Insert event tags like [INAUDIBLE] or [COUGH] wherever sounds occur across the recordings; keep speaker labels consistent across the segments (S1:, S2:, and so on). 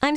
S1: I'm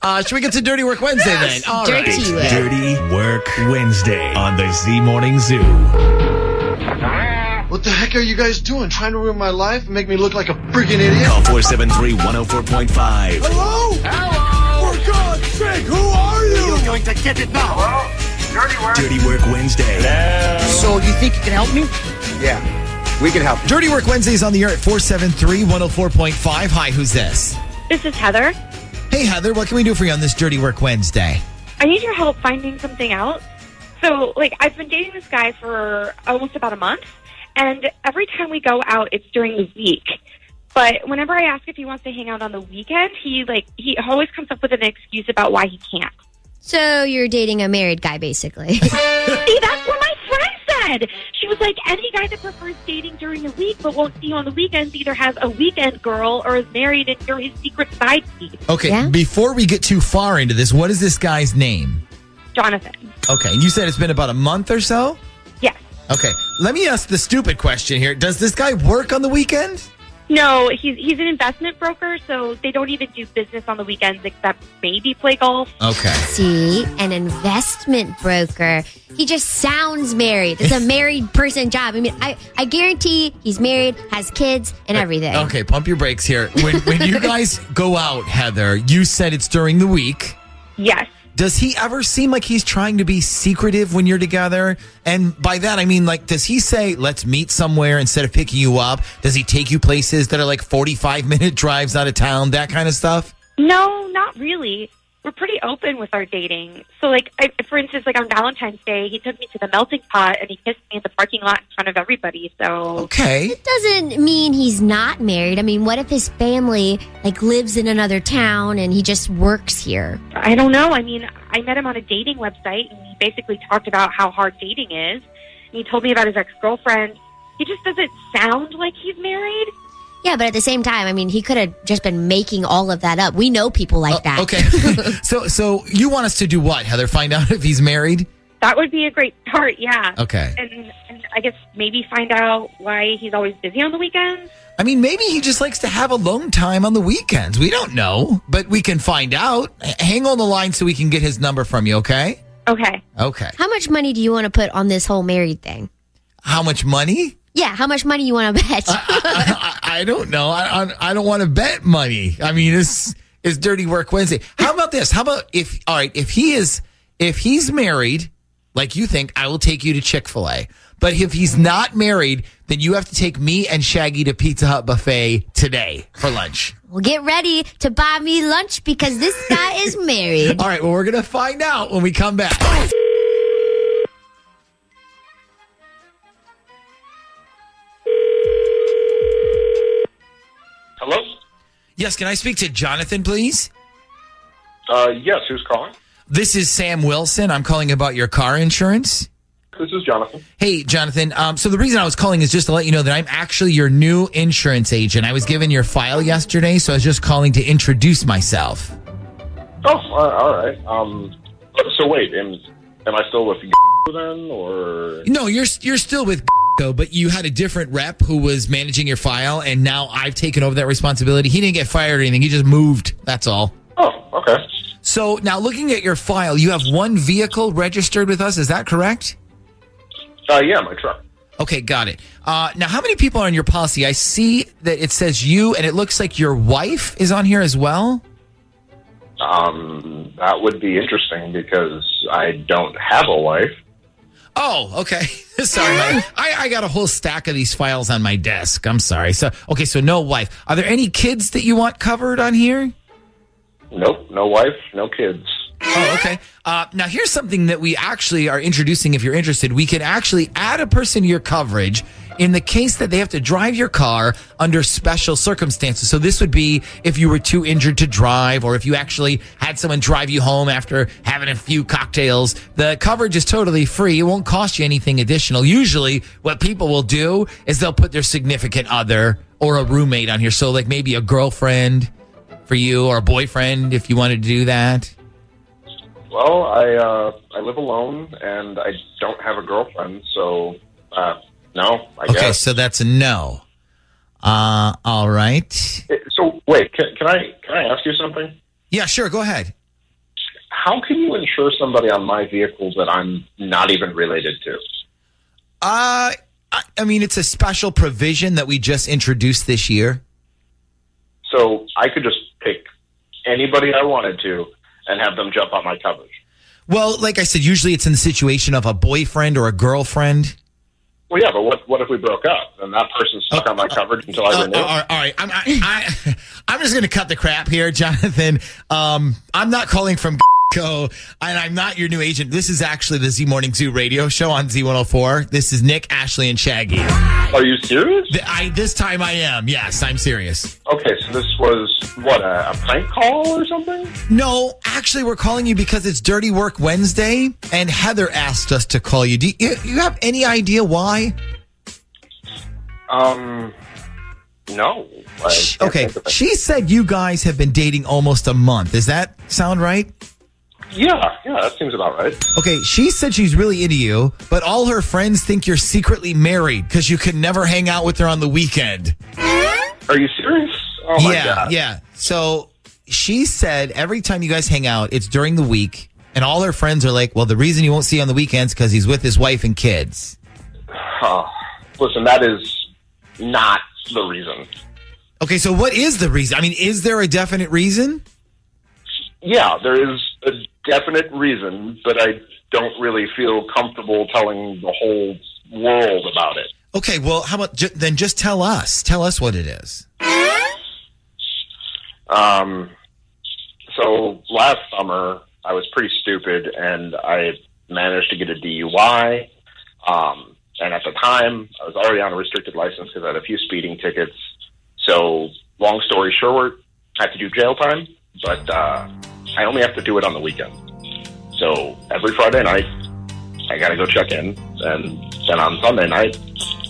S2: Uh, should we get to Dirty Work Wednesday then? All right.
S3: Dirty Work.
S4: Dirty Work Wednesday on the Z Morning Zoo.
S5: What the heck are you guys doing? Trying to ruin my life and make me look like a freaking idiot?
S4: Call 473-104.5.
S2: Hello? Hello? For God's sake, who are you? You're going to get it now.
S4: Dirty Work Wednesday.
S2: So you think you can help me?
S6: Yeah, we can help.
S2: Dirty Work Wednesday's on the air at 473-104.5. Hi, who's this?
S7: This is Heather.
S2: Hey, Heather, what can we do for you on this Dirty Work Wednesday?
S7: I need your help finding something out. So, like, I've been dating this guy for almost about a month, and every time we go out, it's during the week. But whenever I ask if he wants to hang out on the weekend, he like he always comes up with an excuse about why he can't.
S3: So you're dating a married guy,
S2: [LAUGHS]
S3: basically.
S7: See, that's what my friend said. She was like, any guy that prefers dating during the week but won't see you on the weekends either has a weekend girl or is married and you're his secret side piece,
S2: Okay,
S3: Yeah?
S2: before we get too far into this, what is this guy's name?
S7: Jonathan.
S2: Okay, and you said it's been about a month or so?
S7: Yes.
S2: Okay, let me ask the stupid question here. Does this guy work on the weekend?
S7: No, he's he's an investment broker, so they don't even do business on the weekends except maybe play golf.
S2: Okay.
S3: See, an investment broker. He just sounds married.
S2: [LAUGHS]
S3: It's a married person job. I mean, I, I guarantee he's married, has kids, and everything.
S2: Okay, pump your brakes here. When when
S3: [LAUGHS]
S2: you guys go out, Heather, you said it's during the week.
S7: Yes.
S2: Does he ever seem like he's trying to be secretive when you're together? And by that I mean like does he say let's meet somewhere instead of picking you up? Does he take you places that are like 45 [LAUGHS] minute drives out of town, that kind of stuff?
S7: No, not really. We're pretty open with our dating. So, like, I, for instance, like on Valentine's Day, he took me to the melting pot and he kissed me in the parking lot in front of everybody. So,
S2: Okay.
S3: Doesn't mean he's not married. I mean, what if his family like lives in another town and he just works here?
S7: I don't know. I mean, I met him on a dating website and he basically talked about how hard dating is. And he told me about his ex girlfriend. He just doesn't sound like he's married.
S3: Yeah, but at the same time, I mean, he could have just been making all of that up. We know people like that.
S2: Oh, Okay. [LAUGHS] so so you want us to do what, Heather? Find out [LAUGHS] if he's married?
S7: That would be a great start, yeah.
S2: Okay.
S7: And, and I guess maybe find out why he's always busy on the weekends.
S2: I mean, maybe he just likes to have alone time on the weekends. We don't know, but we can find out. H- hang on the line so we can get his number from you, okay?
S7: Okay.
S2: Okay.
S3: How much money do you want to put on this whole married thing?
S2: How much money?
S3: Yeah, how much money you want to [LAUGHS] bet?
S2: I, I, I don't know. I, I, I don't want to bet money. I mean, it's it's dirty work Wednesday. How about this? How about if all right? If he is if he's married, like you think, I will take you to Chick Fil A. But if he's not married, then you have to take me and Shaggy to Pizza Hut buffet today for lunch.
S3: well, get ready to buy me lunch because this guy is married.
S2: All right. Well, we're gonna find out when we come back.
S8: Hello?
S2: Yes, can I speak to Jonathan, please?
S8: Uh, yes, who's calling?
S2: This is Sam Wilson. I'm calling about your car insurance.
S8: This is Jonathan.
S2: Hey, Jonathan. Um, so the reason I was calling is just to let you know that I'm actually your new insurance agent. I was given your file yesterday, so I was just calling to introduce myself.
S8: [LAUGHS] Oh, all all right. Um, so wait, am, am I still with you then, or
S2: No, you're you're still with [LAUGHS] Go, but you had a different rep who was managing your file, and now I've taken over that responsibility. He didn't get fired or anything; he just moved. That's all.
S8: oh, okay.
S2: So now, looking at your file, you have one vehicle registered with us. Is that correct?
S8: Uh, yeah, my truck.
S2: Okay, got it. Uh, now, how many people are on your policy? I see that it says you, and it looks like your wife is on here as well.
S8: Um, that would be interesting because I don't have a wife.
S2: Oh, okay. [LAUGHS] sorry, I, I I got a whole stack of these files on my desk. I'm sorry. So, okay, so no wife. Are there any kids that you want covered on here?
S8: Nope, no wife, no kids.
S2: Oh, okay. Uh, now, here's something that we actually are introducing if you're interested. We can actually add a person to your coverage. in the case that they have to drive your car under special circumstances. So this would be if you were too injured to drive or if you actually had someone drive you home after having a few cocktails. The coverage is totally free. It won't cost you anything additional. Usually what people will do is they'll put their significant other or a roommate on here. So like maybe a girlfriend for you or a boyfriend if you wanted to do that.
S8: Well, I uh, I live alone and I don't have a girlfriend, so uh, no, I
S2: Okay,
S8: guess.
S2: so that's a no. Uh, all right.
S8: Eh, So wait, can, can I can I ask you something?
S2: Yeah, sure. Go ahead.
S8: How can you insure somebody on my vehicle that I'm not even related to?
S2: Uh, I, I mean, it's a special provision that we just introduced this year.
S8: So I could just pick anybody I wanted to and have them jump on my coverage.
S2: Well, like I said, usually it's in the situation of a boyfriend or a girlfriend.
S8: Well, yeah, but what what if we broke up and that person's stuck on my coverage until I
S2: Uh,
S8: renew?
S2: all right, all right. I'm, I, I, [LAUGHS] I'm just going to cut the crap here, [LAUGHS] Jonathan. Um, I'm not calling from [LAUGHS] Co, and I'm not your new agent. This is actually the Z Morning Zoo radio show on Z104. This is Nick, Ashley, and Shaggy.
S8: Are you serious?
S2: Th- I, this time I am. Yes, I'm serious.
S8: Okay, so this was what a, a prank call or something?
S2: No, actually, we're calling you because it's Dirty Work Wednesday, and Heather asked us to call you. Do you, you have any idea why?
S8: Um, no. I
S2: Sh-
S8: can't
S2: Okay,
S8: think of it.
S2: she said you guys have been dating almost a month. Does that sound right?
S8: Yeah, yeah, that seems about right.
S2: Okay, she said she's really into you, but all her friends think you're secretly married because you can never hang out with her on the weekend.
S8: Are you serious? Oh my
S2: yeah,
S8: god.
S2: yeah. So she said every time you guys hang out, it's during the week, and all her friends are like, "Well, the reason you won't see you on the weekends because he's with his wife and kids."
S8: Oh, listen, that is not the reason.
S2: Okay, so what is the reason? I mean, is there a definite reason?
S8: Yeah, there is a definite reason, but I don't really feel comfortable telling the whole world about it.
S2: Okay, well, how about ju- then? Just tell us. Tell us what it is.
S8: Um, so last summer, I was pretty stupid, and I managed to get a DUI. Um, and at the time, I was already on a restricted license because I had a few speeding tickets. So long story short, I had to do jail time, but uh, I only have to do it on the weekend. So every Friday night, I gotta go check in, and then on Sunday night,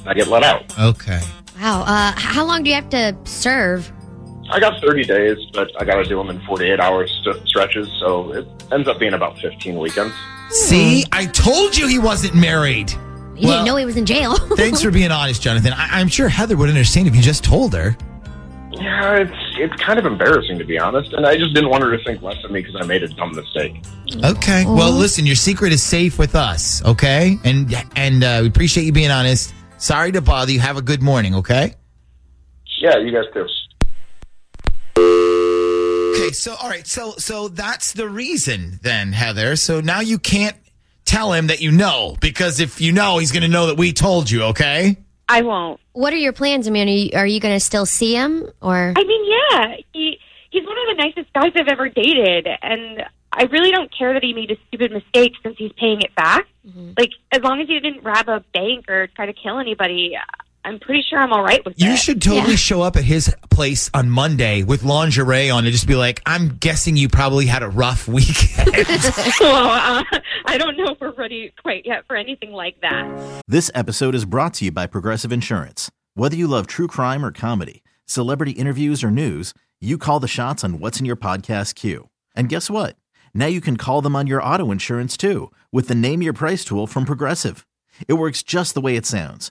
S8: I get let out.
S2: Okay.
S3: Wow. Uh, h- how long do you have to serve?
S8: I got 30 days, but I got to do them in 48 hour st- stretches, so it ends up being about 15 weekends.
S2: See, I told you he wasn't married.
S3: You
S2: Well-
S3: didn't know he was in jail.
S2: [LAUGHS]
S3: [LAUGHS]
S2: Thanks for being honest, Jonathan. I- I'm sure Heather would understand if you just told her.
S8: Yeah, it's it's kind of embarrassing to be honest, and I just didn't want her to think less of me because I made a dumb mistake.
S2: Okay. Well, listen, your secret is safe with us, okay? And and uh, we appreciate you being honest. Sorry to bother you. Have a good morning, okay?
S8: Yeah, you guys too.
S2: Okay. So, all right. So, so that's the reason then, Heather. So now you can't tell him that you know because if you know, he's going to know that we told you, okay?
S7: I won't.
S3: what are your plans? I mean, are you, are you going to still see him or?
S7: I mean, yeah, he he's one of the nicest guys I've ever dated, and I really don't care that he made a stupid mistake since he's paying it back. Like, as long as he didn't rob a bank or try to kill anybody, I'm pretty sure I'm all right with
S2: You
S7: [LAUGHS] it.
S2: should totally
S3: Yeah.
S2: show up at his place on Monday with lingerie on and just be like, "I'm guessing you probably had a rough [LAUGHS] weekend."
S3: [LAUGHS]
S7: well, uh, I don't know if we're ready quite yet for anything like that.
S9: This episode is brought to you by Progressive Insurance. Whether you love true crime or comedy, celebrity interviews or news, you call the shots on what's in your podcast queue. And guess what? Now you can call them on your auto insurance too with the Name Your Price tool from Progressive. It works just the way it sounds.